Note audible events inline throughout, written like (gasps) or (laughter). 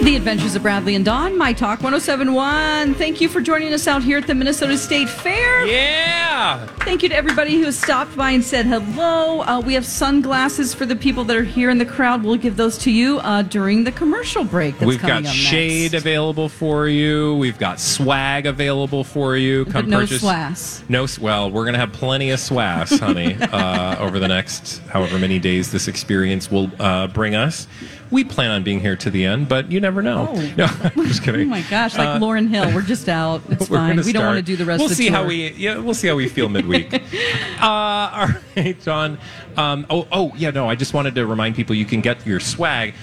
The Adventures of Bradley and Dawn, My Talk 1071. Thank you for joining us out here at the Minnesota State Fair. Yeah. Thank you to everybody who has stopped by and said hello. Uh, we have sunglasses for the people that are here in the crowd. We'll give those to you uh, during the commercial break. That's We've coming got up shade next. available for you. We've got swag available for you. Come but no purchase. swass. No, s- well, we're gonna have plenty of swass, (laughs) honey, uh, over the next however many days this experience will uh, bring us. We plan on being here to the end, but you never know. Oh. (laughs) No, I'm just Oh kidding. Uh, my gosh, like Lauren Hill, we're just (laughs) out. It's We're fine. gonna We don't want to start. do the rest We'll of the see tour. how we yeah, we'll see how we (laughs) feel midweek. uh, all right, John. Um, oh oh yeah, no, I just wanted to remind people you can get your swag.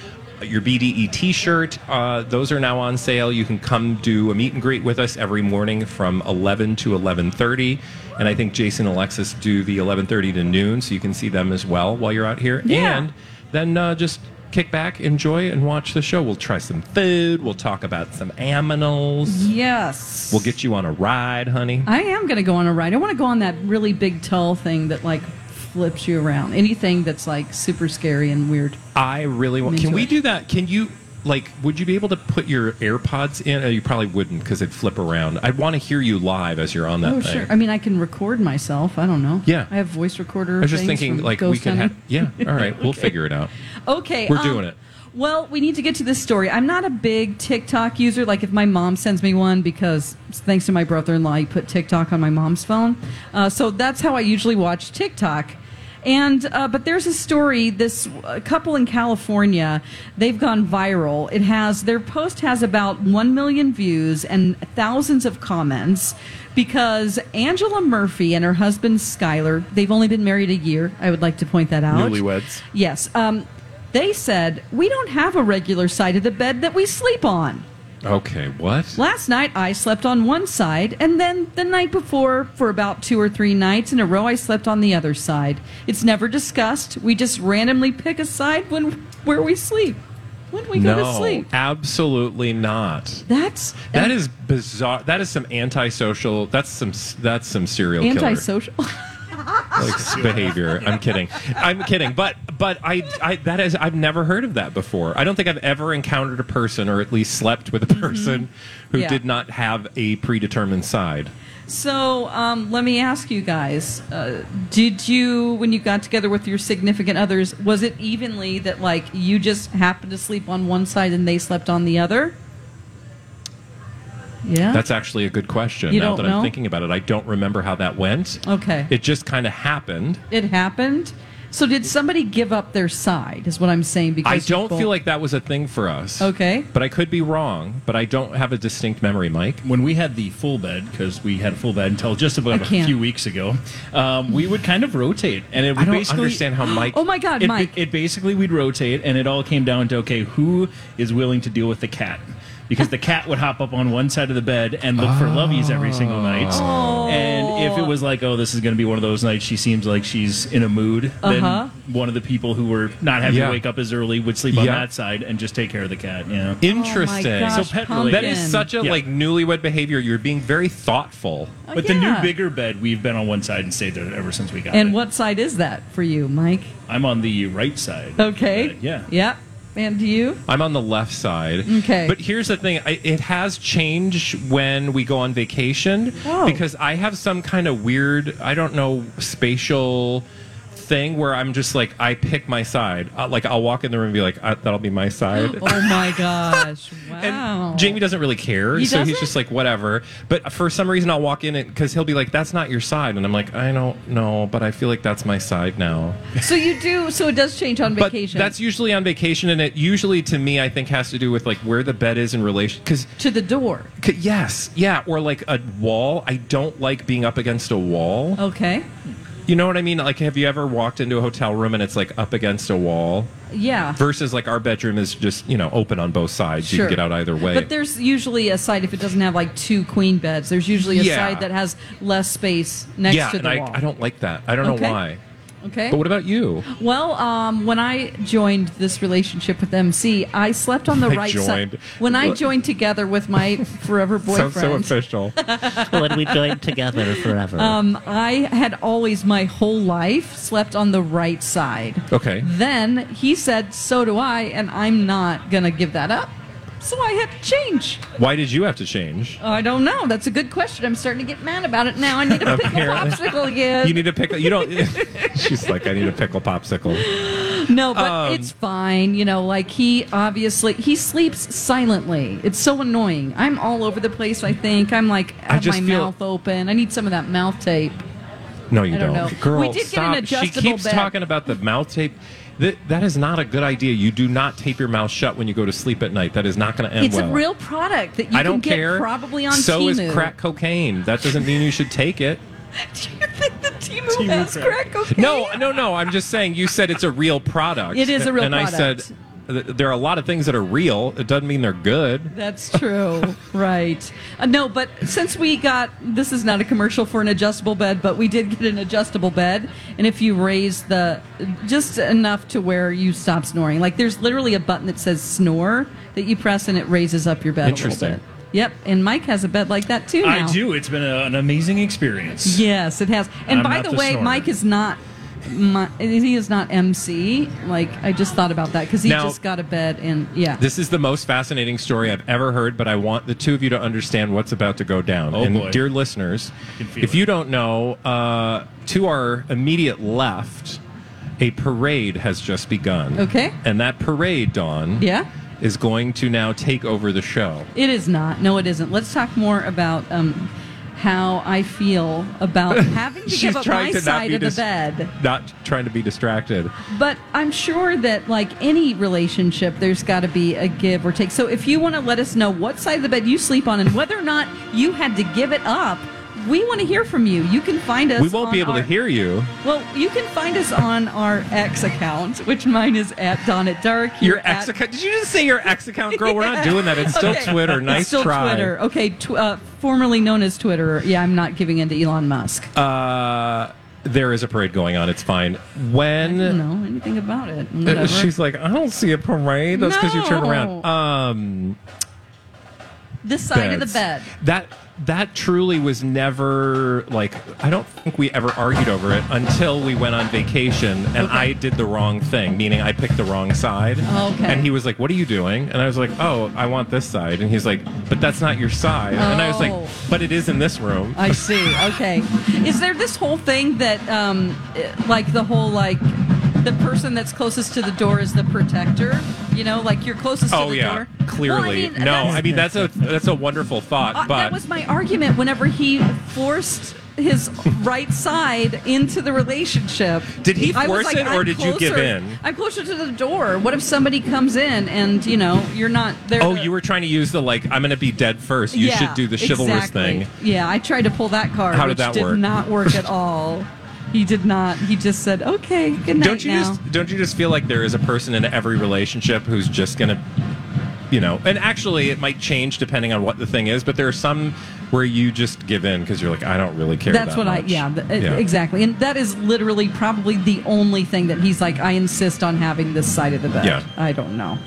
Your BDE t shirt, uh, those are now on sale. You can come do a meet and greet with us every morning from 11 to 11.30. And I think Jason and Alexis do the 11.30 to noon, so you can see them as well while you're out here. Yeah. And then uh, just kick back, enjoy, and watch the show. We'll try some food. We'll talk about some aminals. Yes. We'll get you on a ride, honey. I am going to go on a ride. I want to go on that really big, tall thing that like flips you around. Anything that's like super scary and weird. I really want. I'm Can into we it. do that? Can you like? Would you be able to put your AirPods in? Uh, You probably wouldn't because it'd flip around. I'd want to hear you live as you're on that Oh, thing. sure. I mean, I can record myself. I don't know. Yeah. I have voice recorder. I was just things thinking, from like we Ghost can have. Hunting. Yeah. (laughs) All right. We'll figure it out. Okay. um, We're doing it. Well, we need to get to this story. I'm not a big TikTok user. Like, if my mom sends me one, because thanks to my brother in law, he put TikTok on my mom's phone. Uh, so that's how I usually watch TikTok. And uh, but there's a story. This uh, couple in California, they've gone viral. It has their post has about one million views and thousands of comments because Angela Murphy and her husband Skylar, they've only been married a year. I would like to point that out. Newlyweds. Yes. Um, they said, We don't have a regular side of the bed that we sleep on. Okay. What? Last night I slept on one side, and then the night before, for about two or three nights in a row, I slept on the other side. It's never discussed. We just randomly pick a side when where we sleep. When we go no. to sleep. Absolutely not. That's That is bizarre. That is some antisocial. That's some. That's some serial killer. antisocial. (laughs) like behavior. I'm kidding. I'm kidding. But but I, I that is I've never heard of that before. I don't think I've ever encountered a person or at least slept with a person who Mm-hmm. Yeah. did not have a predetermined side. so um, let me ask you guys uh, did you, when you got together with your significant others, was it evenly that like you just happened to sleep on one side and they slept on the other? Yeah. That's actually a good question. Oh. You now don't that know? I'm thinking about it, I don't remember how that went. Okay. It just kind of happened. it happened. So did somebody give up their side? Is what I'm saying. Because I don't people- feel like that was a thing for us. Okay. But I could be wrong, but I don't have a distinct memory, Mike. When we had the full bed, because we had a full bed until just about I a can't. few weeks ago, um, we would kind of rotate, and it would I don't basically (gasps) understand how Mike Oh my God, it, Mike! It basically we'd rotate, and it all came down to okay, who is willing to deal with the cat? Because the cat would hop up on one side of the bed and look for loveys every single night. Oh. And if it was like, oh, this is going to be one of those nights she seems like she's in a mood, Uh-huh. then one of the people who were not having Yeah. to wake up as early would sleep on Yeah. that side and just take care of the cat. Yeah. Interesting. Oh my gosh, So pet pumpkin. that related. is such a Yeah. like newlywed behavior. You're being very thoughtful. Oh, But the yeah. new bigger bed, we've been on one side and stayed there ever since we got it. And what side is that for you, Mike? I'm on the right side. Okay. Uh, yeah. Yeah. And you? I'm on the left side. Okay. But here's the thing I, it has changed when we go on vacation Oh. because I have some kind of weird, I don't know, spatial thing where I'm just like, I pick my side. Uh, like, I'll walk in the room and be like, uh, that'll be my side. (laughs) Oh my gosh! And Wow. Jamie doesn't really care, He so doesn't? he's just like whatever. But for some reason, I'll walk in because he'll be like, "That's not your side," and I'm like, "I don't know, but I feel like that's my side now." so you do. So it does change on But vacation. that's usually on vacation, and it usually to me, I think, has to do with like where the bed is in relation. Because to the door. yes, yeah, or like a wall. I don't like being up against a wall. Okay. You know what I mean? Like, have you ever walked into a hotel room and it's like up against a wall? Yeah. Versus like our bedroom is just you know open on both sides. You Sure. can get out either way. But there's usually a side if it doesn't have like two queen beds. There's usually a Yeah. side that has less space next yeah, to and the wall. I, I don't like that. I don't Okay. know why. Okay. But what about you? Well, um, when I joined this relationship with MC, I slept on the (laughs) I right joined. side. When I joined together with (laughs) my forever boyfriend, Sounds so official. when we joined together forever. Um, I had always my whole life slept on the right side. Okay. Then he said, "So do I," and I'm not gonna give that up. So I had to change. Why did you have (laughs) to change? I don't know. That's a good question. I'm starting to get mad about it now. I need to pick a Apparently. popsicle again. You need a pickle. You don't. (laughs) She's like, I need a pickle popsicle. No, but um, it's fine. You know, like he obviously he sleeps silently. It's so annoying. I'm all over the place. I think I'm like I have just my feel- mouth open. I need some of that mouth tape. No, you I don't know. Girl, We did get stop. an she adjustable keeps bed. talking about the mouth tape. That, that is not a good idea. You do not tape your mouth shut when you go to sleep at night. That is not going to end it's Uh, well. a real product that you I don't can get care. probably on so Temu. (laughs) is crack cocaine. That doesn't mean you should take it. Do you think that Timu, has crack cocaine? No, no, no. I'm just saying. You said it's a real product. It is a real and And I product. said th- there are a lot of things that are real. It doesn't mean they're good. That's true. right. Uh, no, but since we got this is not a commercial for an adjustable bed, but we did get an adjustable bed. And if you raise the just enough to where you stop snoring, like there's literally a button that says snore that you press and it raises up your bed. a little Interesting. bit. Yep. And Mike has a bed like that too now. I do. It's been a, an amazing experience. Yes, it has. And I'm by not the the way, snorer. Mike is not. My, he is not MC. Like I just thought about that because he Now- just got a bed and yeah. This is the most fascinating story I've ever heard, but I want the two of you to understand what's about to go down. Oh, and boy. dear listeners, can feel if it. you don't know, uh, to our immediate left, a parade has just begun. Okay. And that parade, Dawn, Yeah? is going to now take over the show. It is not. No, it isn't. Let's talk more about um, how I feel (laughs) about having to give up my side of the dis- bed. not trying to be distracted. But I'm sure that, like any relationship, there's got to be a give or take. So if you want to let us know what side of the bed you sleep on and whether or not you had to give it up, we want to hear from you. You can find us. We won't be on able our- to hear you. Well, you can find us on our X account, which mine is at Dawn at Dark. Your you're ex at- account? Did you just say your ex account, girl? We're (laughs) not doing that. It's still Okay. Twitter. Nice it's still try. Twitter. Okay, tw- uh, formerly known as Twitter. Yeah, I'm not giving in to Elon Musk. Uh, there is a parade going on. It's fine. When I don't know anything about it. Uh, Whatever. She's like, I don't see a parade. That's because you turn around. No. Um, this side of the beds. bed. That that truly was never like. I don't think we ever argued over it until we went on vacation and I did the wrong thing, meaning I picked the wrong side. Okay. And he was like, "What are you doing?" And I was like, "Oh, I want this side." And he's like, "But that's not your side." And I was like, Oh. Uh, "But it is in this room." I see. Okay. Is there this whole thing that, um, eh, like, the whole like the person that's closest to the door is the protector? You know, like you're closest Oh to the yeah, door. clearly. Well, I mean, no, that's- I mean that's a that's a wonderful thought, Uh, but that was my argument whenever he forced his right side into the relationship. Did he I was force it, or "I'm did you give closer- in?" I'm closer to the door. What if somebody comes in and, you know, you're not there? Oh, to- you were trying to use the like I'm going to be dead first. You Yeah, should do the chivalrous exactly. thing. Yeah, I tried to pull that card. How did which that did work? not work (laughs) at all. He did not. He just said, "Okay, good night Don't you now." just don't you just feel like there is a person in every relationship who's just going to you know, and actually it might change depending on what the thing is, but there are some where you just give in cuz you're like I don't really care That's that what I. much." Yeah, th- e, exactly. And that is literally probably the only thing that he's like. I insist on having this side of the bed. Yeah. I don't know.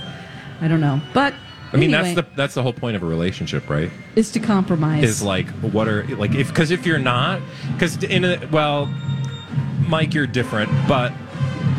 I don't know. But I mean, anyway, that's the that's the whole point of a relationship, right? is to compromise. is like what are like if because if you're not because in a well mike you're different but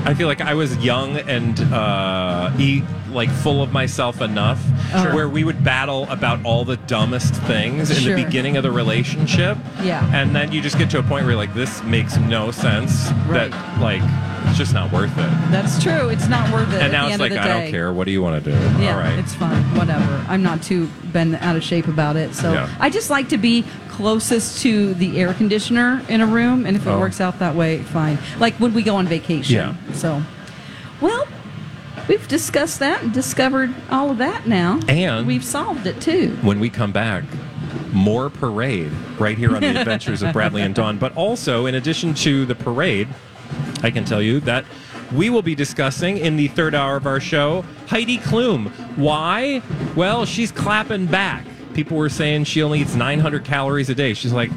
i feel like i was young and uh e like full of myself enough Sure. where we would battle about all the dumbest things in Sure. the beginning of the relationship Yeah. and then you just get to a point where you're like this makes no sense Right. that like It's just not worth it. That's true. It's not worth it. at And now the end it's like, of the I don't day. care. What do you want to do? Yeah, All right. it's fine. Whatever. I'm not too been out of shape about it. So Yeah. I just like to be closest to the air conditioner in a room, and if it Oh. works out that way, fine. Like when we go on vacation. Yeah. So, well, we've discussed that and discovered all of that now, And- we've solved it too. when we come back, more parade right here on the Adventures of Bradley and Dawn. But also, in addition to the parade, I can tell you that we will be discussing in the third hour of our show Heidi Klum. Why? Well, she's clapping back. People were saying she only eats 900 calories a day. She's like,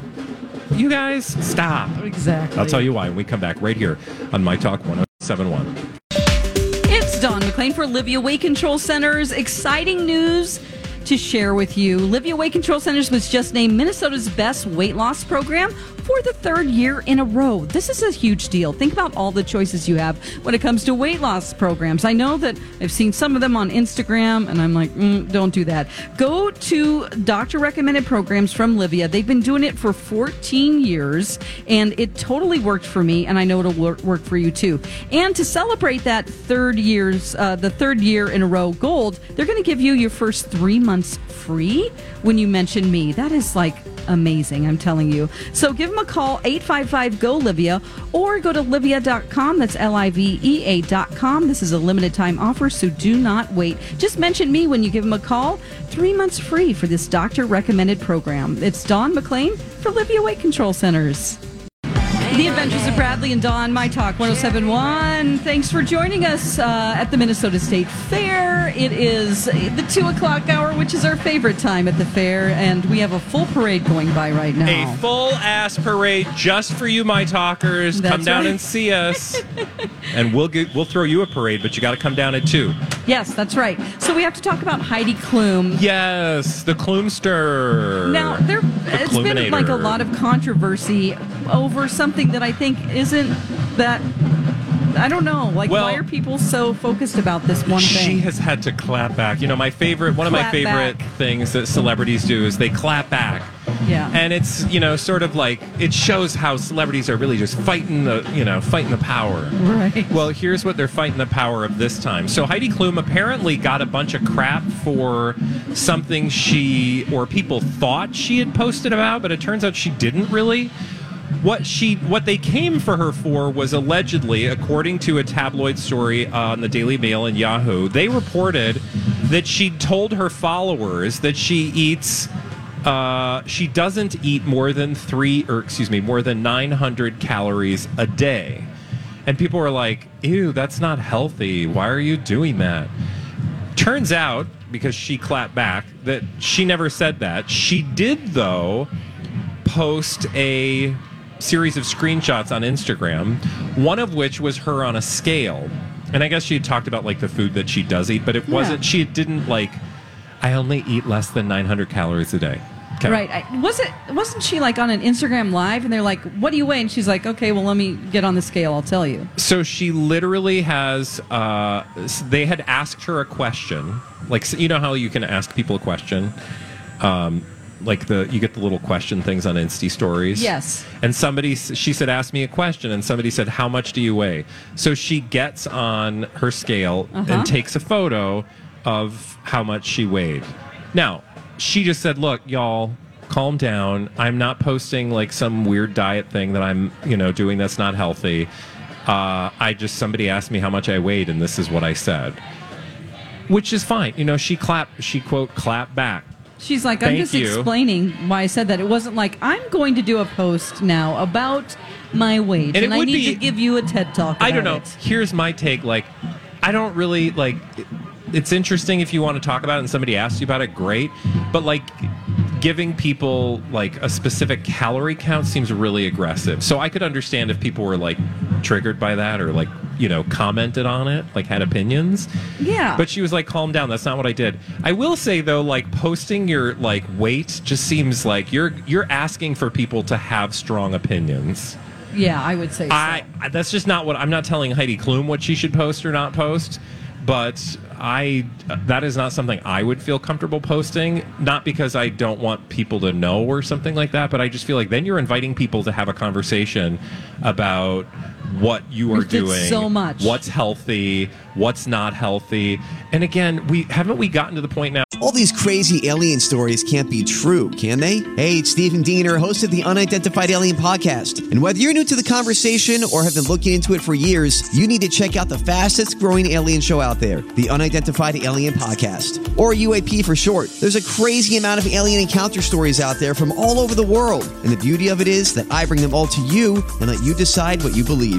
you guys, stop. Exactly. I'll tell you why when we come back right here on My Talk 1071. It's Don McLean for Livia Way Control Center's exciting news to share with you. Livia Way Control Centers was just named Minnesota's best weight loss program for the third year in a row. This is a huge deal. Think about all the choices you have when it comes to weight loss programs. I know that I've seen some of them on Instagram and I'm like, mm, don't do that. Go to doctor recommended programs from Livia. They've been doing it for 14 years and it totally worked for me and I know it'll wor- work for you too. And to celebrate that third year's uh, the third year in a row gold, they're going to give you your first 3 months free when you mention me. That is like amazing, I'm telling you. So give them a call 855 go Livia or go to livia.com that's L I V E A.com. This is a limited time offer, so do not wait. Just mention me when you give them a call. 3 months free for this doctor recommended program. It's Dawn McLean for Livia Weight Control Centers. The Adventures of Bradley and Dawn, My Talk 1071. Thanks for joining us uh, at the Minnesota State Fair. It is the 2 o'clock hour, which is our favorite time at the fair, and we have a full parade going by right now. A full ass parade just for you, my talkers. That's come down right. and see us, (laughs) and we'll get we'll throw you a parade, but you got to come down at two. yes, that's right. So we have to talk about Heidi Klum. Yes, the Kloomster. Now, there The it's been like a Kluminator. lot of controversy over something that I think isn't that. I don't know. Like, Well- why are people so focused about this one She thing? has had to clap back. You know, my favorite one of my Clap favorite back. things that celebrities do is they clap back. Yeah. And it's, you know, sort of like it shows how celebrities are really just fighting the, you know, fighting the power. (laughs) right. Well, here's what they're fighting the power of this time. So Heidi Klum apparently got a bunch of crap for something she or people thought she had posted about, but it turns out she didn't really. What she what they came for her for was allegedly, according to a tabloid story on the Daily Mail and Yahoo, they reported that she told her followers that she eats uh, she doesn't eat more than three or excuse me more than 900 calories a day and people were like ew that's not healthy why are you doing that turns out because she clapped back that she never said that she did though post a series of screenshots on Instagram, one of which was her on a scale. And I guess she had talked about like the food that she does eat, but it wasn't, she didn't like, I only eat less than 900 calories a day. Okay. Right. I, was it, wasn't she like on an Instagram live and they're like, what do you weigh? And she's like, okay, well, let me get on the scale. I'll tell you. So she literally has, uh, s- they had asked her a question. Like, s- you know how you can ask people a question? Um, like the you get the little question things on Insta stories. Yes. And somebody, she said, ask me a question. And somebody said, how much do you weigh? So she gets on her scale and takes a photo of how much she weighed. Now, she just said, look, y'all, calm down. I'm not posting like some weird diet thing that I'm, you know, doing that's not healthy. Uh, I just, somebody asked me how much I weighed, and this is what I said. Which is fine. You know, she clapped, she quote, clapped back. She's like, I'm Thank just you. explaining why I said that. It wasn't like, I'm going to do a post now about my weight and, it I would need be- to give you a TED talk. I don't about know. it." Here's my take. Like, I don't really like. it- It's interesting if you want to talk about it and somebody asks you about it, great. But like, giving people like a specific calorie count seems really aggressive. So I could understand if people were like triggered by that or like you know commented on it, like had opinions. Yeah. But she was like, "Calm down. That's not what I did." I will say though, like posting your like weight just seems like you're you're asking for people to have strong opinions. Yeah, I would say so. I I- that's just not what I'm not telling Heidi Klum what she should post or not post, but I that is not something I would feel comfortable posting. Not because I don't want people to know or something like that, but I just feel like then you're inviting people to have a conversation about what you are We did doing, so much. what's healthy, what's not healthy. And again, we haven't we gotten to the point now All these crazy alien stories can't be true, can they? Hey, it's Stephen Diener, host of the Unidentified Alien Podcast. And whether you're new to the conversation or have been looking into it for years, you need to check out the fastest growing alien show out there, the Unidentified Alien Podcast, or UAP for short. There's a crazy amount of alien encounter stories out there from all over the world. And the beauty of it is that I bring them all to you and let you decide what you believe.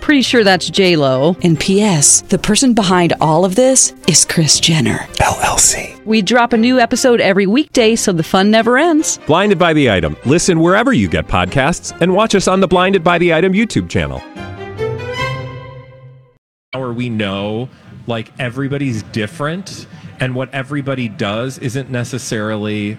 Pretty sure that's J Lo. And P.S. The person behind all of this is Chris Jenner. LLC. We drop a new episode every weekday, so the fun never ends. Blinded by the Item. Listen wherever you get podcasts and watch us on the Blinded by the Item YouTube channel. Or we know like everybody's different and what everybody does isn't necessarily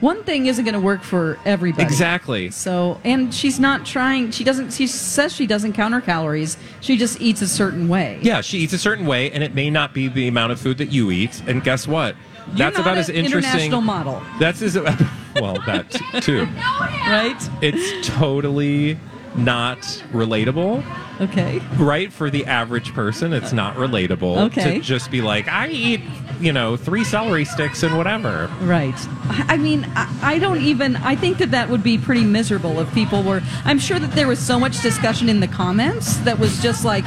One thing isn't going to work for everybody. exactly So, and she's not trying. She doesn't. She says she doesn't count her calories. She just eats a certain way. Yeah, she eats a certain way, and it may not be the amount of food that you eat. And guess what? that's not about as an interesting. international model. That's as (laughs) well that too. Right. It's totally not relatable, Okay. right? For the average person, it's not relatable Okay. to just be like, I eat, you know, three celery sticks and whatever. Right. I I mean, I, I don't even. I think that that would be pretty miserable if people were. I'm sure that there was so much discussion in the comments that was just like,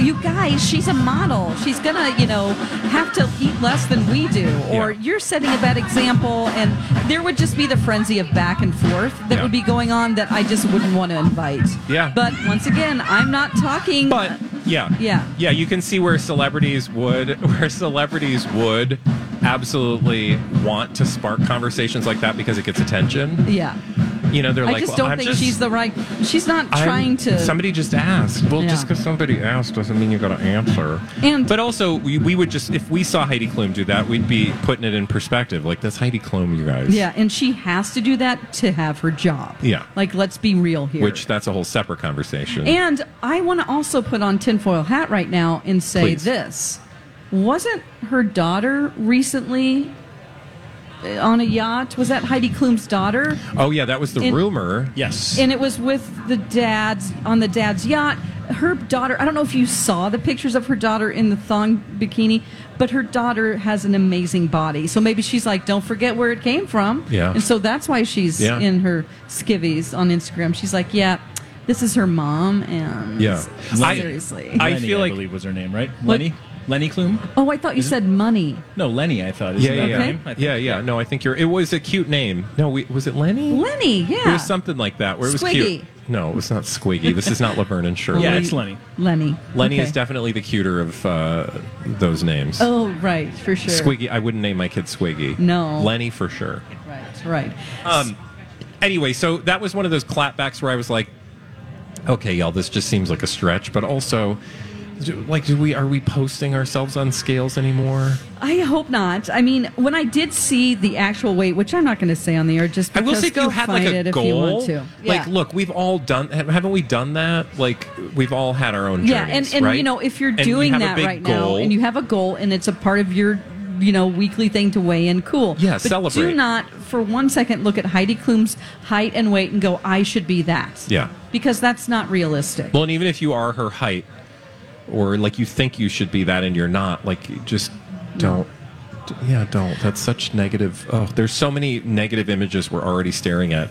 "You guys, she's a model. She's gonna, you know, have to eat less than we do," or Yeah. "You're setting a bad example." And there would just be the frenzy of back and forth that Yeah. would be going on that I just wouldn't want to invite. Yeah. But once again, I'm not talking. But yeah, Yeah. yeah. You can see where celebrities would, (laughs) where celebrities would absolutely want to spark conversations like that because it gets attention. yeah. You know, they're I like, just well, don't I'm think just- she's the right. She's not I'm- trying to. Somebody just asked. Well, just Yeah. because somebody asked doesn't mean you got to answer. And- but also, we, we would just if we saw Heidi Klum do that, we'd be putting it in perspective. Like that's Heidi Klum, you guys. Yeah, and she has to do that to have her job. Yeah. Like, let's be real here. Which that's a whole separate conversation. and I want to also put on tinfoil hat right now and say Please. this. Wasn't her daughter recently uh, on a yacht? Was that Heidi Klum's daughter? oh yeah, that was the And- rumor. Yes. And it was with the dad's, on the dad's yacht. Her daughter, I don't know if you saw the pictures of her daughter in the thong bikini, but her daughter has an amazing body. So maybe she's like, don't forget where it came from. Yeah. And so that's why she's Yeah. in her skivvies on Instagram. She's like, yeah, this is her mom. And Yeah. I- seriously. I Lenny, feel like- I believe was her name, right? Lenny? Lenny Klum? oh, I thought you said money. No, Lenny, I thought. Isn't Yeah, that yeah, her yeah. name? I think. yeah, yeah. No, I think you're. It was a cute name. No, we, was it Lenny? Lenny, yeah. It was something like that. Where it was cute. Squiggy. No, it was not Squiggy. This is not Laverne and Shirley. Yeah, it's Lenny. Lenny. Lenny Okay. is definitely the cuter of uh, those names. Oh, right, for sure. Squiggy. I wouldn't name my kid Squiggy. No. Lenny for sure. Right, right. Um, anyway, so that was one of those clapbacks where I was like, okay, y'all, this just seems like a stretch, but also. do- Like, do we are we posting ourselves on scales anymore? I hope not. I mean, when I did see the actual weight, which I'm not going to say on the air, just I because will say if go you had like find a it if you goal, want to. yeah. like, look, we've all done, haven't we done that? Like, we've all had our own. yeah, and journeys, and right? you know, if you're And you doing have a that big right goal. now, and you have a goal, and it's a part of your you know weekly thing to weigh in, cool. Yeah, but celebrate. Do not for one second look at Heidi Klum's height and weight and go, I should be that. Yeah. because that's not realistic. Well, and even if you are her height, or like you think you should be that and you're not, like you just don't. d- Yeah, don't. That's such negative. Oh, there's so many negative images we're already staring at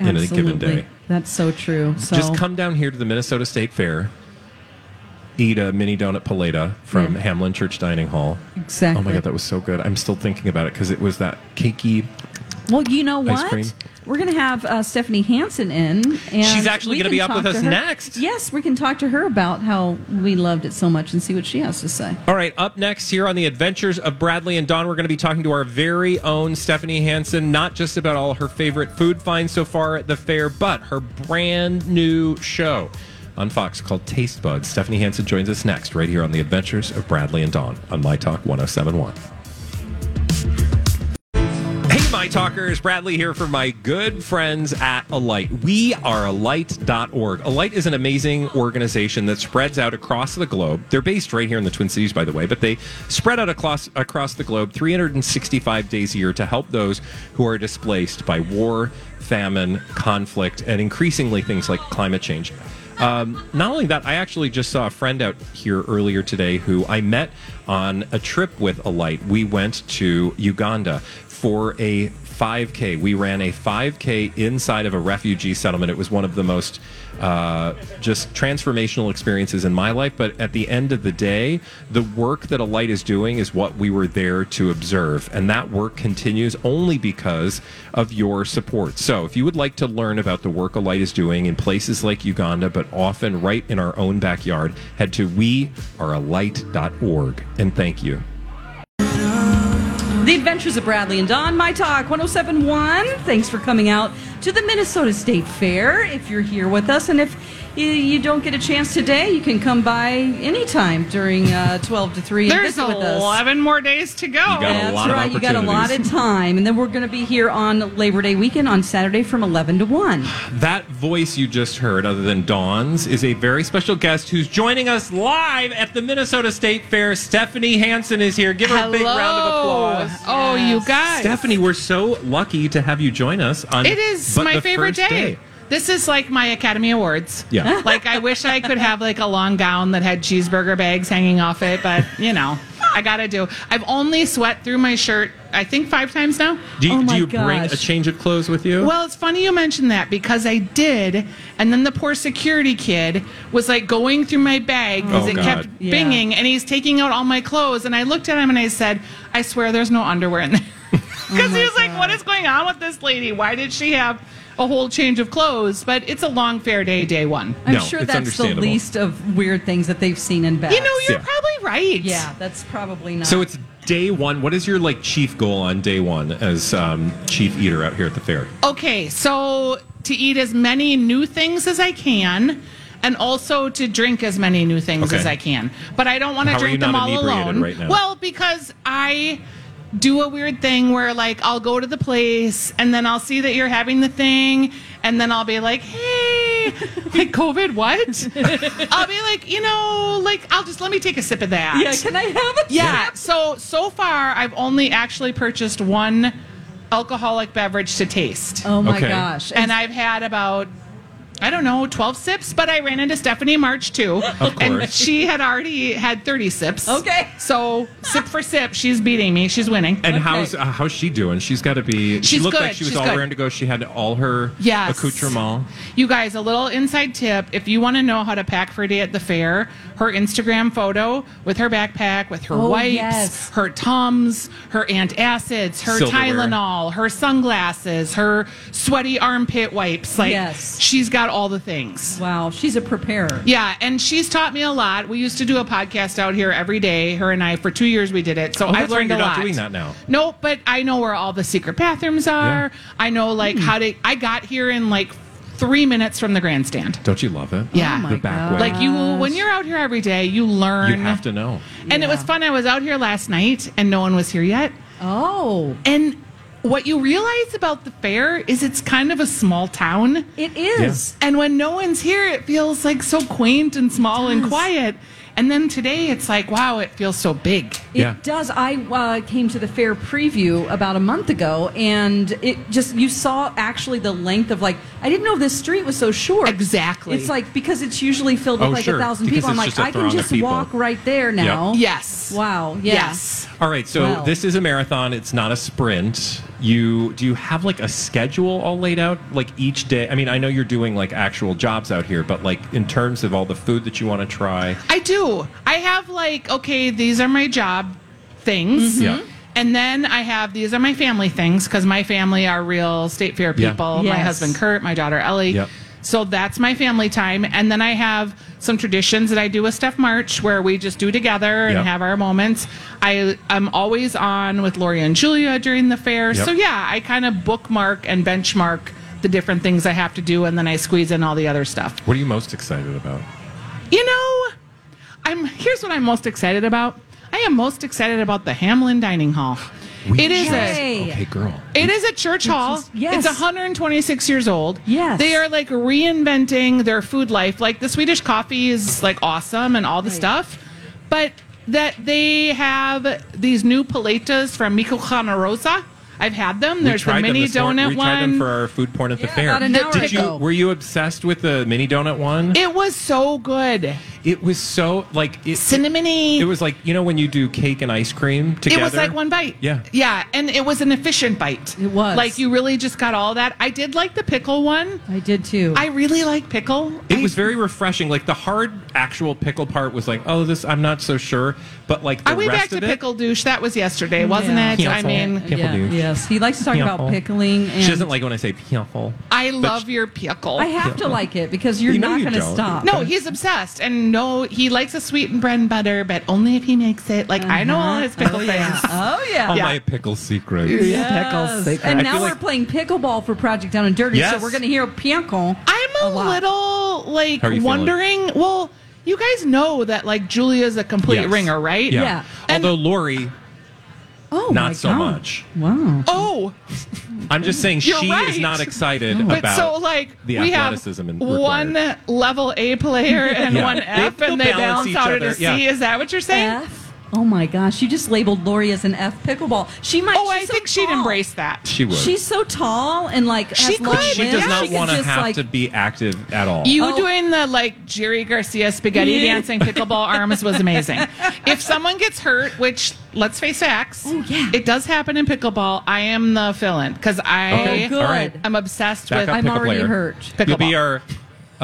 in a given Absolutely. day. That's so true. So Just come down here to the Minnesota State Fair, eat a mini donut paleta from Hamlin Church Dining Hall. exactly. Oh my god, that was so good. I'm still thinking about it because it was that cakey. Well, you know Ice what? cream. We're going to have uh, Stephanie Hansen in. And She's actually we gonna can be up talk with to us her- next. Yes, we can talk to her about how we loved it so much and see what she has to say. All right, up next here on the Adventures of Bradley and Don, we're going to be talking to our very own Stephanie Hansen, not just about all her favorite food finds so far at the fair, but her brand new show on Fox called Taste Buds. Stephanie Hansen joins us next, right oh here on the Adventures of Bradley and Don on My Talk 1071. Talkers. Bradley here for my good friends at Alight. We are alight.org. Alight is an amazing organization that spreads out across the globe. They're based right here in the Twin Cities, by the way, but they spread out across, across the globe 365 days a year to help those who are displaced by war, famine, conflict, and increasingly things like climate change. Um, not only that, I actually just saw a friend out here earlier today who I met on a trip with Alight. We went to Uganda for a 5K. We ran a 5K inside of a refugee settlement. It was one of the most uh, just transformational experiences in my life. But at the end of the day, the work that Alight is doing is what we were there to observe. And that work continues only because of your support. So if you would like to learn about the work Alight is doing in places like Uganda, but often right in our own backyard, head to wearealight.org. And thank you. The Adventures of Bradley and Don, My Talk 1071. Thanks for coming out to the Minnesota State Fair if you're here with us. And if you- you don't get a chance today, you can come by anytime during uh, 12 to 3 and There's visit with us. 11 more days to go. got a That's lot of right, you got a lot of opportunities. time. And then we're going to be here on Labor Day weekend on Saturday from 11 to 1. That voice you just heard, other than Dawn's, is a very special guest who's joining us live at the Minnesota State Fair. Stephanie Hansen is here. Give her a big round of applause. Oh, you guys. Stephanie, we're so lucky to have you join us on. It is but my the favorite day. first This is like my Academy Awards. Yeah. (laughs) Like I wish I could have like a long gown that had cheeseburger bags hanging off it, but you know, I gotta do. I've only sweat through my shirt, I think five times now. Do you, Oh do my you bring gosh. a change of clothes with you? Well, it's funny you mentioned that because I did, and then the poor security kid was like going through my bag because Oh, it God. kept Yeah. binging, and he's taking out all my clothes. And I looked at him and I said, "I swear, there's no (laughs) underwear in there." Oh, (laughs) Because he was like, "What is going on with this lady? Why did she have a whole change of clothes?" But it's a long fair day, day one. I'm No, sure it's that's the understandable. least of weird things that they've seen in Bass. You know, you're Yeah. probably right. yeah, that's probably not. so it's day one. What is your like chief goal on day one as um, chief eater out here at the fair? Okay, so to eat as many new things as I can, and also to drink as many new things Okay. as I can. But I don't want How to are you drink them not all inebriated alone. right now? Well, because I do a weird thing where like I'll go to the place and then I'll see that you're having the thing, and then I'll be like, (laughs) hey. Like COVID, what? I'll be like, you know, like I'll just let me take a sip of that. yeah, can I have it? Yeah. So so far, I've only actually purchased one alcoholic beverage to taste, Oh my Okay. gosh. and I've had about. I don't know, 12 sips, but I ran into Stephanie March too. Of And course. she had already had 30 sips. Okay. So, sip for sip, she's beating me. She's winning. And how's uh, how's she doing? She's got to be. she She's looked good. like she was She's all good. raring to go. She had all her Yes. accoutrement. You guys, a little inside tip. If you want to know how to pack for a day at the fair, her Instagram photo with her backpack, with her Oh, wipes, yes. her Tums, her antacids, her Silverware. Tylenol, her sunglasses, her sweaty armpit wipes. Like, Yes. she's got all the things. wow, she's a preparer. Yeah, and she's taught me a lot. We used to do a podcast out here every day, her and I. For two years, we did it. So Oh, that's I've right, learned you're a not lot. doing that now. No, but I know where all the secret bathrooms are. I know like Hmm. how to. I got here in like three minutes from the grandstand. Don't you love it? Yeah. the back way. Like you, when you're out here every day, you learn. you have to know. And it was fun. I was out here last night, and no one was here yet. Oh, And what you realize about the fair is it's kind of a small town. it is. And when no one's here, it feels like so quaint and small and quiet. And then today, it's like, wow, it feels so big. It Yeah. does. I uh, came to the fair preview about a month ago, and it just you saw actually the length of like I didn't know this street was so short. Exactly. It's like because it's usually filled with Oh, like sure, a thousand because people. I'm it's like just a I can throng of just people. walk right there now. Yes. Wow. yeah. Yes. All right, so Well. this is a marathon. It's not a sprint. You do you have like a schedule all laid out, like each day? I mean, I know you're doing like actual jobs out here, but like in terms of all the food that you want to try, I do. I have like, okay, these are my job things. Mm-hmm. Yeah. And then I have these are my family things because my family are real state fair Yeah. people. My Yes. husband Kurt, my daughter Ellie. Yep. So that's my family time. And then I have some traditions that I do with Steph March where we just do together and Yep. have our moments. I am always on with Lori and Julia during the fair. Yep. So yeah, I kind of bookmark and benchmark the different things I have to do and then I squeeze in all the other stuff. what are you most excited about? You know, I'm here's what I'm most excited about. I am most excited about the Hamlin Dining Hall. It is a Yay. Okay, girl. it is a church hall. yes. It's 126 years old. Yes. They are like reinventing their food life. Like the Swedish coffee is like awesome and all the Right. stuff. But that they have these new paletas from Mikokana Rosa. I've had them. There's the mini this morning. donut we one. tried them for our food porn at the Yeah, fair. about an hour Did ago. you were you obsessed with the mini donut one? it was so good. It was so like it, Cinnamony. It was like you know when you do cake and ice cream together. It was like one bite. Yeah. Yeah. And it was an efficient bite. It was. Like you really just got all that. I did like the pickle one. I did too. I really like pickle. It I- was very refreshing. Like the hard actual pickle part was like, oh, this I'm not so sure, but like the Are we rest back to of it, pickle douche? That was yesterday, wasn't Yeah. it? I mean, Pickle yeah, douche. yes, he likes to talk about Pickle. pickling. And She doesn't like it when I say pickle. I love your pickle. I have to like it because you're You know not you going to don't. stop. no, he's obsessed, and no, he likes a sweetened bread and butter, but only if he makes it. Like I know all his pickle things. Oh Uh-huh. yeah. All Yeah. my pickle secrets. Yes. And I now feel we're like- playing pickleball for Project Down and Dirty, so Yes. we're going to hear piankle. I'm a, A lot. little like How are you feeling? wondering. Well, you guys know that like Julia's a complete Yes. ringer, right? Yeah. Yeah. And- Although Lori, Oh, my not so God. much. Wow. Oh, I'm just saying You're she right. is not excited but about so like the we have athleticism and one required. level (laughs) A player and Yeah. one They- F, and they'll they balance balance each out at a other, C. yeah. Is that what you're saying? F. Oh my gosh, you just labeled Lori as an F pickleball. She might. Oh, she's I so think she'd tall. embrace that. She would. She's so tall and like She has could, long but she Yeah. does limbs. not She could want to just, have like, to be active at all. You Oh. doing the like Jerry Garcia spaghetti Yeah. (laughs) dancing pickleball arms was amazing. if someone gets hurt, which let's face facts, Oh, yeah. it does happen in pickleball. I am the fill-in because I Okay, Oh, good. all right. am obsessed Back with. up, I'm pick a already player. hurt. Pick- You'll be our.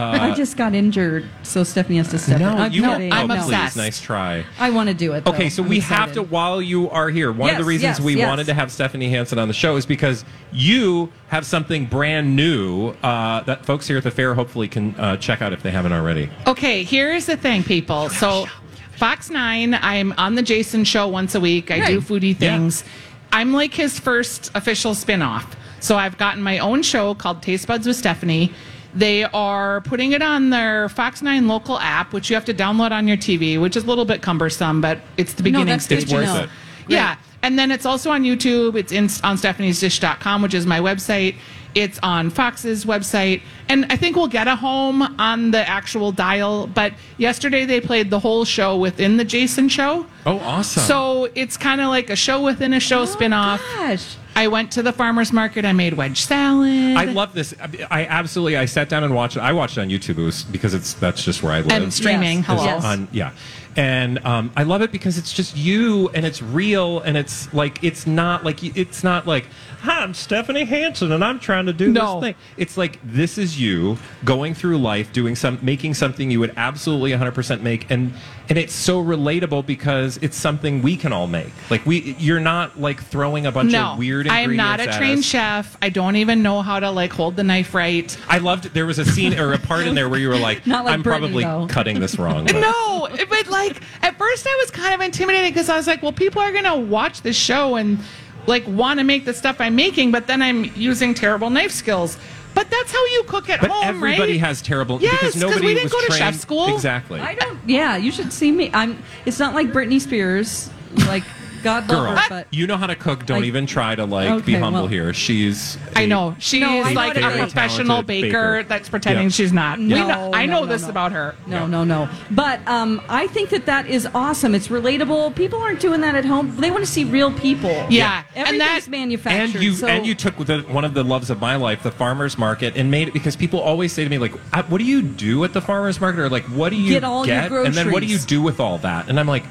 I just got injured, so Stephanie has to step in. I'm you kidding. oh, I'm please, obsessed. Nice try. I want to do it. Okay, though. so I'm we have excited. to, while you are here, one of Yes, the reasons yes, we yes. wanted to have Stephanie Hansen on the show is because you have something brand new uh, that folks here at the fair hopefully can uh, check out if they haven't already. Okay, here's the thing, people. So, Fox Nine, I'm on the Jason show once a week. I do foodie things. I'm like his first official spinoff. So, I've gotten my own show called Taste Buds with Stephanie. They are putting it on their Fox Nine local app, which you have to download on your TV, which is a little bit cumbersome, but it's the beginning that's good stages. to know. Worth it. Yeah. And then it's also on YouTube. It's in, on stephaniesdish.com, which is my website. It's on Fox's website. And I think we'll get a home on the actual dial. But yesterday they played the whole show within the Jason show. Oh, awesome. So it's kind of like a show within a Oh, show spinoff. Gosh. I went to the farmer's market. I made wedge salad. I love this. I- I absolutely. I sat down and watched it. I watched it on YouTube. It was because it's that's just where I live. and streaming. Yes. Hello. Yes. on yeah and um, i love it because it's just you and it's real and it's like it's not like it's not like hi i'm stephanie hansen and i'm trying to do No. this thing it's like this is you going through life doing some making something you would absolutely 100% make and and it's so relatable because it's something we can all make like we you're not like throwing a bunch No, of weird I am ingredients not a at trained us. chef. I don't even know how to like hold the knife right. i loved there was a scene or a part in there where you were (laughs) like, Not like i'm Brittany, probably though." cutting this wrong but- No, but like at first I was kind of intimidated because I was like, well, people are gonna watch this show and like want to make the stuff I'm making, but then I'm using terrible knife skills. But that's how you cook at But home, right? everybody has terrible Yes, because 'cause nobody we didn't was go to trained. chef school. Exactly. I don't. Yeah, you should see me. I'm. It's not like Britney Spears. Like God Girl, love her, but you know how to cook. Don't I- even try to like be Okay, humble well- here. She's I a- know she's No, I know like what a it is. professional Talented baker, baker. that's pretending Yeah. she's not. we No, know, I no, know no, this no. about her. No, no, no. But um, I think that that is awesome. It's relatable. People aren't doing that at home. They want to see real people. Yeah, and Everything's that- manufactured. And you so- and you took the, one of the loves of my life, the farmers market, and made it because people always say to me like, "I- "What do you do at the farmers market?" Or like, "What do you Get all your and then what do you groceries. do with all that? And I'm like.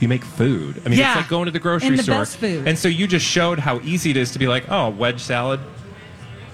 You make food. I mean, Yeah. it's like going to the grocery And the store. best food. And so you just showed how easy it is to be like, oh, wedge salad. Boom,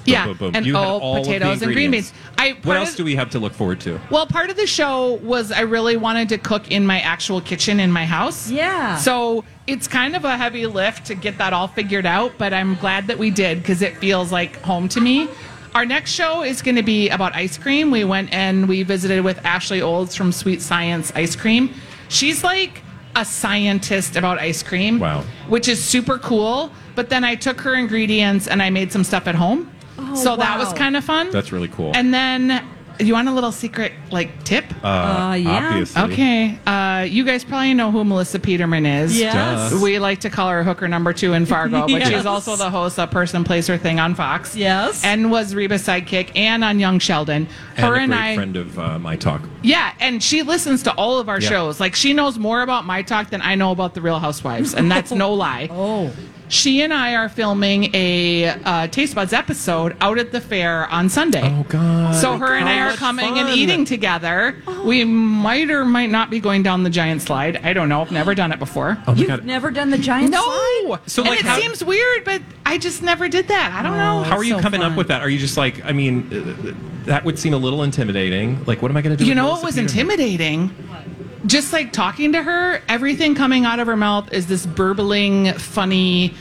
Yeah, boom, boom. and You had oh, all of the potatoes and green ingredients. beans. I What part else of- do we have to look forward to? Well, part of the show was I really wanted to cook in my actual kitchen in my house. Yeah. So it's kind of a heavy lift to get that all figured out, but I'm glad that we did because it feels like home to me. Our next show is going to be about ice cream. We went and we visited with Ashley Olds from Sweet Science Ice Cream. She's like a scientist about ice cream. Wow. Which is super cool. But then I took her ingredients and I made some stuff at home. so that was Oh, wow. kind of fun. That's really cool. And then You want a little secret like tip? Uh, yeah. Obviously. okay. Uh, you guys probably know who Melissa Peterman is. Yes. Duh. We like to call her hooker number two in Fargo, (laughs) but Yes. she's also the host of Person Place Her Thing on Fox. Yes. And was Reba's sidekick and on Young Sheldon. And Her a and, great I friend of uh, my talk. Yeah, and she listens to all of our Yeah. shows. Like she knows more about my talk than I know about the Real Housewives, and that's no (laughs) lie. Oh. She and I are filming a uh, Taste Buds episode out at the fair on Sunday. Oh, God. So her and I are That's coming fun. Oh. and eating together. We might or might not be going down the giant slide. I don't know. I've never done it before. Oh, my You've God. never done the giant slide? No. So, So and like, it how- Oh, seems weird, but I just never did that. I don't know. How are you so coming up fun. with that? Are you just like, I mean, uh, that would seem a little intimidating. Like, what am I going to do? You with know what Melissa was Peterman? intimidating? Just like talking to her, everything coming out of her mouth is this (laughs) burbling, funny.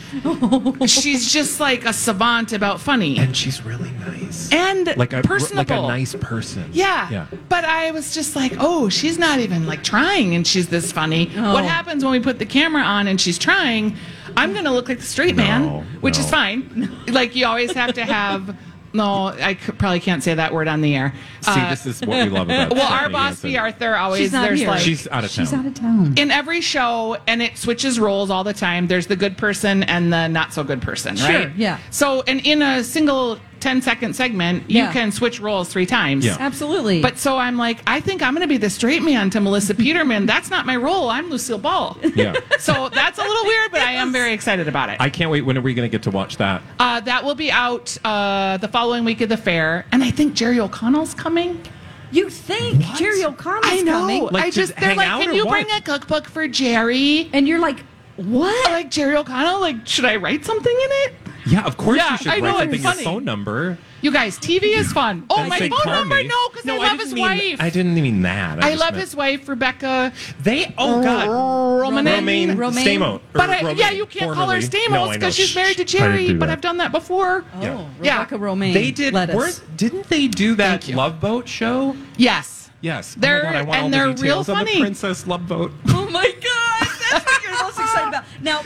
she's just like a savant about funny And she's really nice. and like a like personable. a nice person. Yeah. Yeah. But I was just like, oh, she's not even like trying and she's this funny. Oh. What happens when we put the camera on and she's trying? I'm going to look like the straight No, man, which no. is fine. Like, you always have (laughs) to have. No, I c- probably can't say that word on the air. See, Uh, this is what we love about. (laughs) well, our Stephanie boss, Hansen. B. Arthur, always She's not there's here. like She's out of town. She's out of town. in every show and it switches roles all the time there's the good person and the not so good person Sure, right yeah. so and in a single 10 second segment you Yeah. can switch roles three times Yeah. Absolutely. but so i'm like i think i'm going to be the straight man to melissa peterman that's not my role i'm lucille ball yeah. (laughs) so that's a little weird but i am very excited about it I can't wait. When are we going to get to watch that? uh, that will be out uh, the following week of the fair and i think jerry o'connell's coming you think Jerry O'Connell's i know coming? Like, i just just they're hang like out can or you what?" bring a cookbook for jerry And you're like, what? like Jerry O'Connell, like should I write something in it? Yeah, of course Yeah, you should I know, write something. it's Your funny. phone number. You guys, TV is fun. Oh, and my say, phone "Call number, me." no, because I love didn't his mean- wife. I didn't mean that. I just love meant- his wife, Rebecca. They. Oh Uh, God. Romanin. Romaine Romaine. Stamos. or But I, Romaine, yeah, you can't call her formerly. No, Stamos I because know. she's married to Shh, I didn't Jerry. do But that. I've done Oh, that before. Yeah. Yeah. Oh, Rebecca Romaine. They did. lettuce. weren't- didn't they do that Love Boat show? Yes. Yes. They're oh my God, I want and all the they're real details on the funny. Princess Love Boat. (laughs) (laughs) Oh my god, that's what you're most excited about. Now,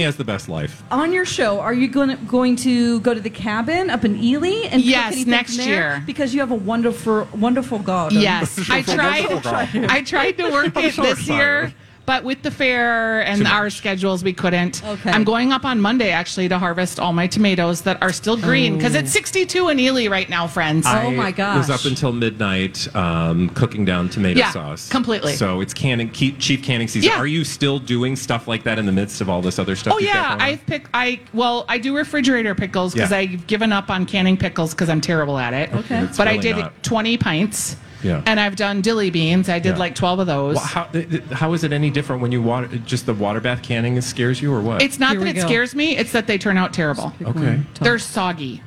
are you- has the best life. Oh on your show, are you going to, going to go to the cabin up in Ely and cook Yes, anything next there? year. because you have a wonderful wonderful garden. Yes, I tried. (laughs) I tried to work it so this excited. year, but with the fair and our schedules, we couldn't. Okay. I'm going up on Monday actually to harvest all my tomatoes that are still green because it's 62 in Ely right now, friends. Oh my I gosh. Was up until midnight um, cooking down tomato Yeah, sauce completely. So it's canning, keep, chief canning season. Yeah. Are you still doing stuff like that in the midst of all this other stuff? Oh you've yeah, got going on? I've pick. I well, I do refrigerator pickles because Yeah. I've given up on canning pickles because I'm terrible at it. Okay. It's but I really did not- 20 pints. Yeah. And I've done dilly beans. I did Yeah. like 12 of those. Well, how, th- th- how is it any different when you water? Just the water bath canning scares you, or what? It's not Here that we it go. scares me. It's that they turn out terrible. okay. They're soggy,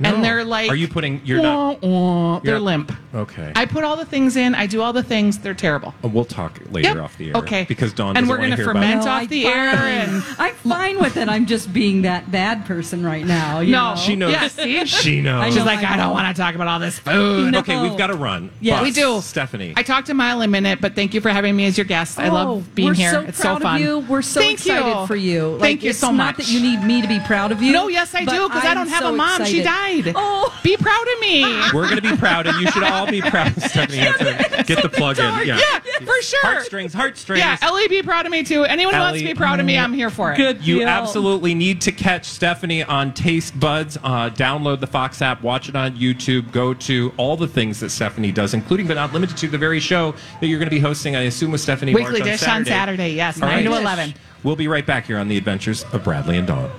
No. and they're like. Are you putting? You're not. "Wah, wah," they're you're not- limp. Okay. Oh, Uh, I put all the things in. I do all the things. They're terrible. we'll talk later Yep. off the air. Okay. Because Dawn. And we're going to gonna ferment No, off I'm the air fine. and- I'm fine with it. I'm just being that bad person right now. you No. know? She knows. Yeah, (laughs) see? She knows. She's know. like, I don't want to talk about all this food. No. Okay, we've got to run. Yeah, But, we do. Stephanie. I (laughs) talked to Mile a minute, but thank you for having me as your guest. I Oh, love being we're here. So it's proud so fun. Of you. We're so Thank you. excited for you. Like, Thank you it's so not much. that you need me to be proud of you. No, yes, I but do because I I'm don't have so a mom. She excited. died. Oh, be proud (laughs) of me. we're going to be proud, and you should all be proud, (laughs) Stephanie. Hansen. Get the plug in. Yeah. Yeah, for sure. Heartstrings, heartstrings. Yeah, Ellie, be proud of me too. Anyone who wants to Ellie, mm, be proud of me, I'm here for it. good. You deal. absolutely need to catch Stephanie on Taste Buds. Uh, download the Fox app, watch it on YouTube, go to all the things that Stephanie does, including but not limited to the very show that you're going to be hosting, I assume, with Stephanie Weekly March on Dish Saturday. on Saturday. Yes, All 9 to right. 11. We'll be right back here on The Adventures of Bradley and Dawn.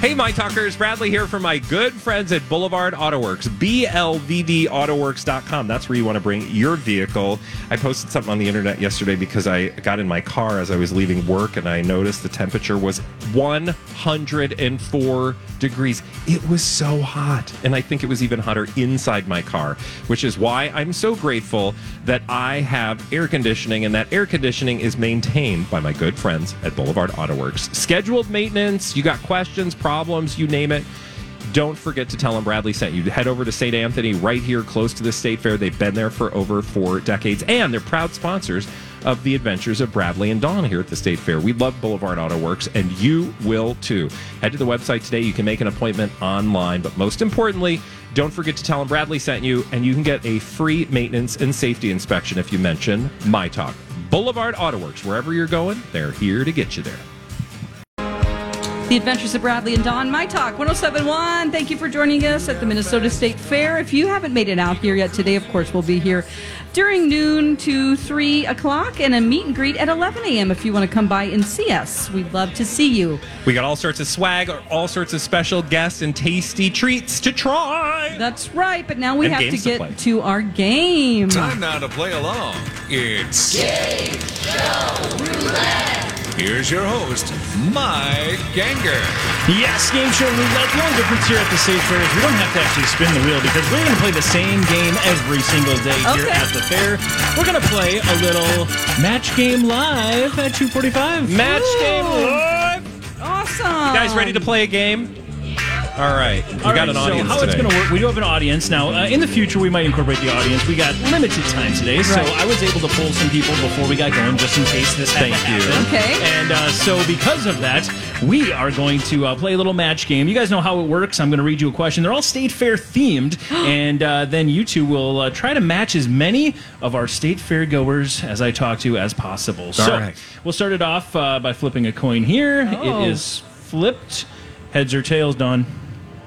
Hey, my talkers. Bradley here for my good friends at Boulevard Autoworks, blvdautoworks.com. That's where you want to bring your vehicle. I posted something on the internet yesterday because I got in my car as I was leaving work and I noticed the temperature was 104 degrees. It was so hot. And I think it was even hotter inside my car, which is why I'm so grateful that I have air conditioning and that air conditioning is maintained by my good friends at Boulevard Autoworks. Scheduled maintenance, you got questions, problems, you name it. Don't forget to tell them Bradley sent you. Head over to St. Anthony right here close to the state fair. They've been there for over four decades and they're proud sponsors of the adventures of Bradley and Dawn here at the State Fair. We love Boulevard Auto Works, and you will too. Head to the website today. You can make an appointment online. But most importantly, don't forget to tell them Bradley sent you, and you can get a free maintenance and safety inspection if you mention My Talk. Boulevard Auto Works, wherever you're going, they're here to get you there. The Adventures of Bradley and Don, My Talk 1071. Thank you for joining us at the Minnesota State Fair. If you haven't made it out here yet today, of course, we'll be here during noon to 3 o'clock and a meet and greet at 11 a.m. if you want to come by and see us. We'd love to see you. We got all sorts of swag, all sorts of special guests, and tasty treats to try. That's right, but now we And have to games to get play. to our game. Time now to play along. It's Game Show Roulette. Here's your host, Mike Ganger. Yes, game show roulette. The only difference here at the State Fair is we don't have to actually spin the wheel because we're going to play the same game every single day here Okay. at the fair. We're going to play a little match game live at 2:45. Match game Ooh. live. Awesome. Guys, ready to play a game? All right, we Um, All got right, an audience So how it's today. going to work? We do have an audience now. Uh, in the future, we might incorporate the audience. We got limited time today, so Right. I was able to pull some people before we got going, just in case this. Thank you. Okay. And uh, so, because of that, we are going to uh, play a little match game. You guys know how it works. I'm going to read you a question. They're all state (gasps) fair themed, and uh, then you two will uh, try to match as many of our state fair goers as I talk to as possible. so, right. we'll start it off uh, by flipping a coin here. Oh. It is flipped. Heads or tails, Don.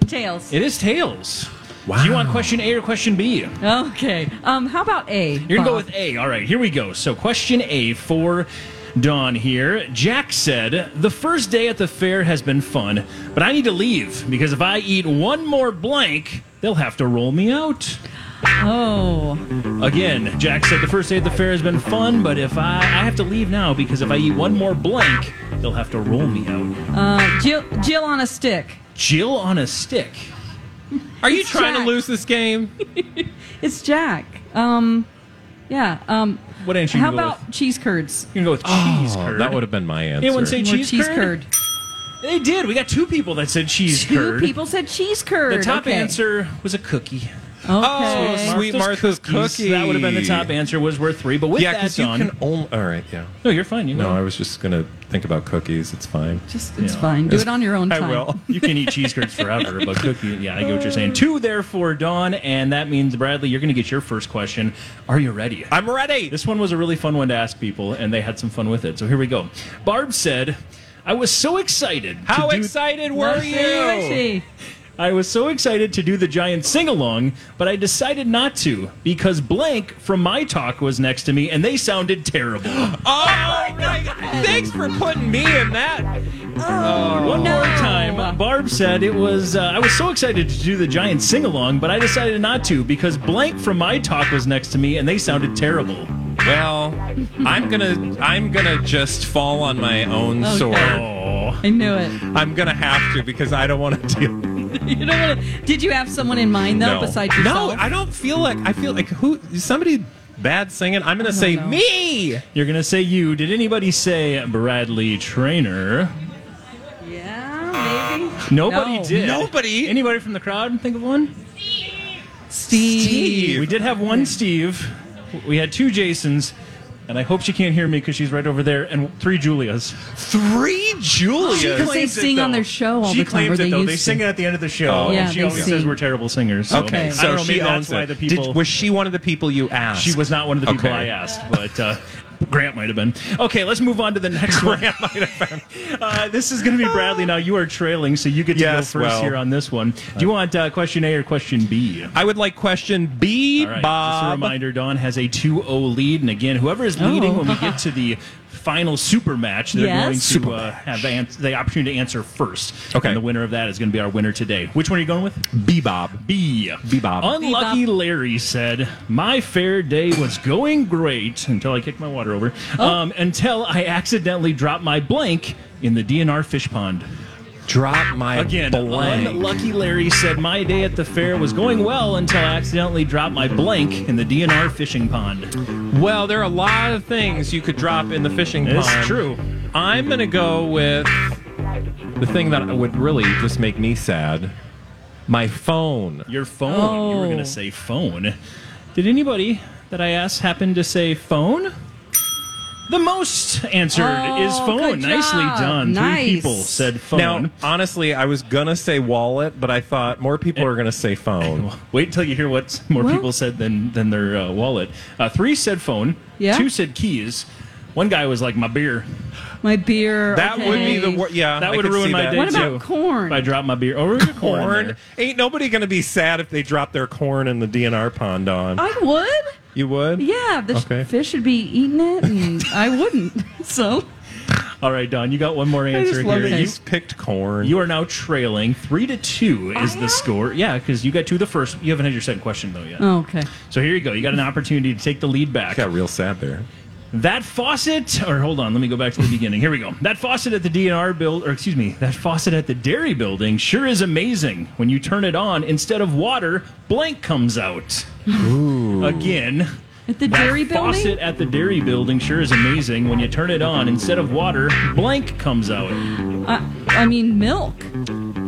Tails. It is tails. Do you want question A or question B? You're Okay. Um, how about A? gonna go Bob? with A. All right, here we go. So question A for Dawn here. Jack said, "The first day at the fair has been fun, but I need to leave because if I eat one more blank, they'll have to roll me out." Oh, Again, Jack said, "The first day at the fair has been fun, but if I I have to leave now because if I eat one more blank, they'll have to roll me out." uh, Jill, Jill on a stick. Jill on a stick. Are you trying to Jack. lose this game? It's Jack. Um, yeah. Um, What answer you how gonna go about cheese curds? You can go with cheese curd. Oh, that would have been my answer. Anyone say More cheese, curd? They did. We got two people that said cheese Two curd. people said cheese curd. The top Okay. answer was a cookie. Okay. Oh, sweet Martha's, cookie. That would have been the top answer was worth three, but with Yeah, that because you done, can only. All right, yeah. no, you're fine. You No, know. I was just gonna think about cookies. It's fine. Just it's fine. Do it on your own time. You can eat cheese curds forever, but cookie. Yeah, I get what you're saying. Two there for Dawn, and that means Bradley, you're going to get your first question. Are you ready? I'm ready. This one was a really fun one to ask people, and they had some fun with it. So here we go. Barb said, "I was so excited. to How do- excited were Let's see, let's you? see. I was so excited to do the giant sing along, but I decided not to because blank from my talk was next to me and they sounded terrible. Oh my God! Thanks for putting me in that. One more time, Barb said it was. Uh, I was so excited to do the giant sing along, but I decided not to because blank from my talk was next to me and they sounded terrible. Well, I'm gonna I'm gonna just fall on my own Okay. sword. Oh, I knew it. (laughs) I'm gonna have to because I don't want to (laughs) deal. You don't want to. Did you have someone in mind though, no. besides yourself? No, I don't feel like I feel like who somebody bad singing. I'm gonna say know. me. you're gonna say you? Did anybody say Bradley Trainer? yeah, maybe. Nobody No. did. Nobody. Anybody from the crowd think of one? Steve. We did have one Steve. We had two Jasons. And I hope she can't hear me because she's right over there. And three Julias. Three Julias. Because they sing on their show all she the time. claims or it though. They used sing to. it at the end of the show. Oh, and Yeah, she they always sing. says we're terrible singers. So. Okay, I so don't know, she maybe owns that's why it. the people. Did, was she one of the people you asked? She was not one of the people Okay. I asked, but uh, Grant might have been. Okay, let's move on to the next one. (laughs) Uh, this is going to be Bradley. Now you are trailing, so you get to Yes, go first well. here on this one. Do you want uh, question A or question B? I would like question B, All right, Just a Bob. reminder, Don has a 2-0 lead, and again, whoever is leading Oh. when we get to the final super match, they're Yes. going to uh, have the, ans- the opportunity to answer first. Okay. And the winner of that is going to be our winner today. Which one are you going with? B, Bob. B. Bebop. Unlucky Larry said, My fair day was going great until I kicked my water over. Um, until I accidentally dropped my blank in the DNR fish pond. Drop my Again, blank. Unlucky Larry said, My day at the fair was going well until I accidentally dropped my blank in the DNR fishing pond. Well, there are a lot of things you could drop in the fishing pond. It's true. I'm gonna go with the thing that would really just make me sad. My phone. Your phone. You were going Oh. to say phone. Did anybody that I asked happen to say phone? The most answered Oh, is phone. good Nicely job. done. Nice. Three people said phone. Now, honestly, I was gonna say wallet, but I thought more people are gonna say (laughs) phone. Wait till you hear what more Well- people said than than their uh, wallet. Uh, three said phone. Yeah. Two said keys. One guy was like my beer. My beer. That would okay. be the wor- yeah. That I would could ruin see my that. day What too. about corn? If I dropped my beer. Oh, corn. Corn. there. Ain't nobody gonna be sad if they drop their corn in the DNR pond on. I would. you would? Uh, Yeah, the sh- Okay. fish would be eating it, and I wouldn't. (laughs) So All right, Don. You got one more I answer just love here. that You, you picked corn. you are now trailing three to two. Is I the am? score? Yeah, because you got two the first. You haven't had your second question though yet. oh, okay. So here you go. You got an opportunity to take the lead back. got real sad there. That faucet, or hold on, let me go back to the beginning. Here we go. That faucet at the DNR build, or excuse me, that faucet at the dairy building sure is amazing. When you turn it on, instead of water, blank comes out. Ooh. Again. At the that dairy building. faucet at the dairy building sure is amazing. When you turn it on, instead of water, blank comes out. I, I mean milk.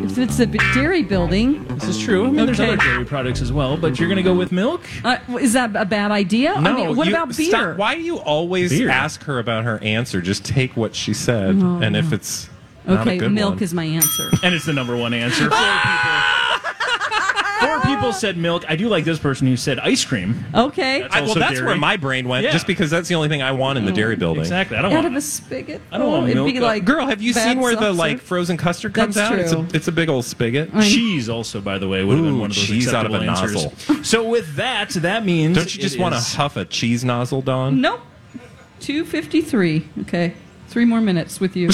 If it's the b- dairy building, This is true. I mean, there's Okay. other dairy products as well, but you're going to go with milk? uh, is that a bad idea? I mean, what you- about beer? stop. Why do you always Beer. ask her about her answer? Just take what she said, and if it's not a Oh. Okay, good milk one- is my answer. And it's the number one answer. Four Ah! people. Four people said milk. I do like this person who said ice cream. Okay. That's I, well, also that's dairy. where my brain went, Yeah. just because that's the only thing I want in the Oh, dairy building. Exactly. I don't Out want of a spigot. I don't want Oh, it'd milk. be like Girl, have you bad seen where the seltzer. like frozen custard comes That's out? It's true. a it's a big old spigot. I- Cheese also, by the way, would have been Ooh, one of those cheese out of acceptable a answers. So with that, that means Don't you just it want to is- huff a cheese nozzle, Don? Nope. Two fifty three. Okay. Three more minutes with (laughs) you.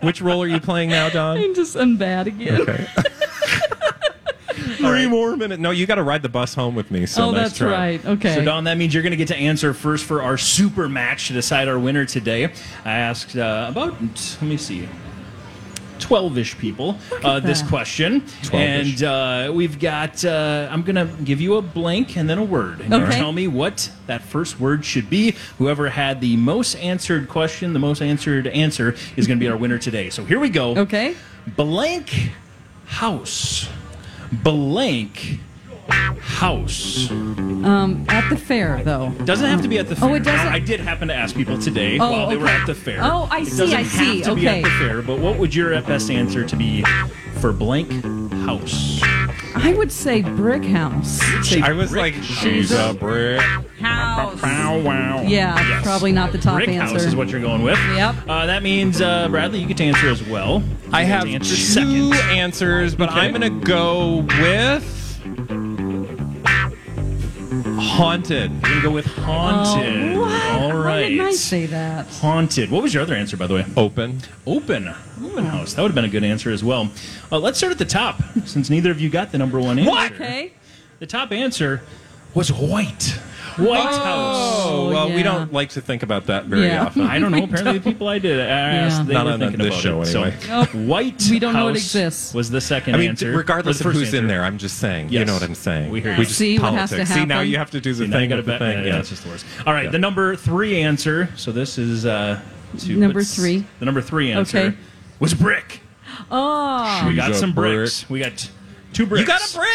Which role are you playing (laughs) now, Don? I'm just I'm bad again. (laughs) Okay. Three more minutes. No, you got to ride the bus home with me. So oh, nice that's try. right. Okay. So Don, that means you're going to get to answer first for our super match to decide our winner today. I asked uh, about let me see. 12 ish people uh, this that. question. 12-ish. And uh, we've got, uh, I'm going to give you a blank and then a word. And you Okay. tell me what that first word should be. Whoever had the most answered question, the most answered answer, is going to be our winner today. So here we go. Okay. Blank house. Blank house. Um, at the fair though. Doesn't have to be at the fair. Oh, it doesn't- I did happen to ask people today Oh, while they were okay. at the fair. Oh, I It see, doesn't I see. Have to Be at Okay. the fair, but what would your best answer to be for blank house? I would say brick house. I was like, she's a brick. House. Wow, wow. Yeah, Yes. probably not the top Brick answer. house is what you're going with. Yep. Uh, that means uh, Bradley, you get to answer as well. You I get have to two answer second. answers, but Okay. I'm gonna go with haunted. We're gonna go with haunted. Oh, what? All Why right. didn't I say that? Haunted. What was your other answer, by the way? Open. Open. Open house. That would have been a good answer as well. Uh, let's start at the top, since neither of you got the number one answer. Okay. The top answer was white. White House. Oh, well, we yeah. don't like to think about that very Yeah. often. I don't know. Apparently, the people I did ask, Yeah. they Not were on thinking this about show, it. anyway. So, Nope. White. We don't know it House exists. Was the second I mean, answer, regardless or the of first who's in answer. there, I'm just saying. You Yes. know what I'm saying. We hear you. just See what has politics. to See, now happen? you have to do the See, now you thing. gotta with the bet- thing. yeah, that's just the worst. All right, the number three answer. So this is uh, two, Number what's- three. The number three answer Okay. was brick. Oh, We got She's a some brick. bricks. We got two bricks. You got a brick.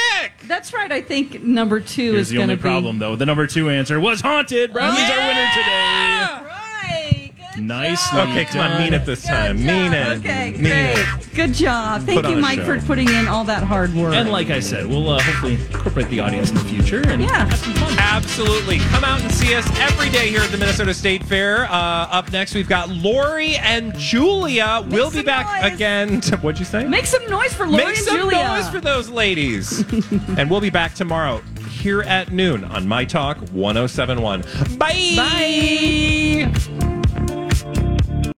that's right. I think number two Here's is the only gonna problem, though. The number two answer was haunted. Bradley's our winner today. be. Right. Good Nice. job. Okay, come on, mean it this time. Mean it. Okay, Mean it. great. Good job. Thank Put on you, a Mike, show. for putting in all that hard work. And like I said, we'll uh, hopefully incorporate the audience in the future. And yeah. Absolutely. Come out and see us every day here at the Minnesota State Fair. Uh, up next, we've got Lori and Julia. we'll be some back noise. again. To, what'd you say? Make some noise for Lori Make and some Julia. noise for (laughs) those ladies. and we'll be back tomorrow oh here at noon on My Talk 1071. Bye. Bye.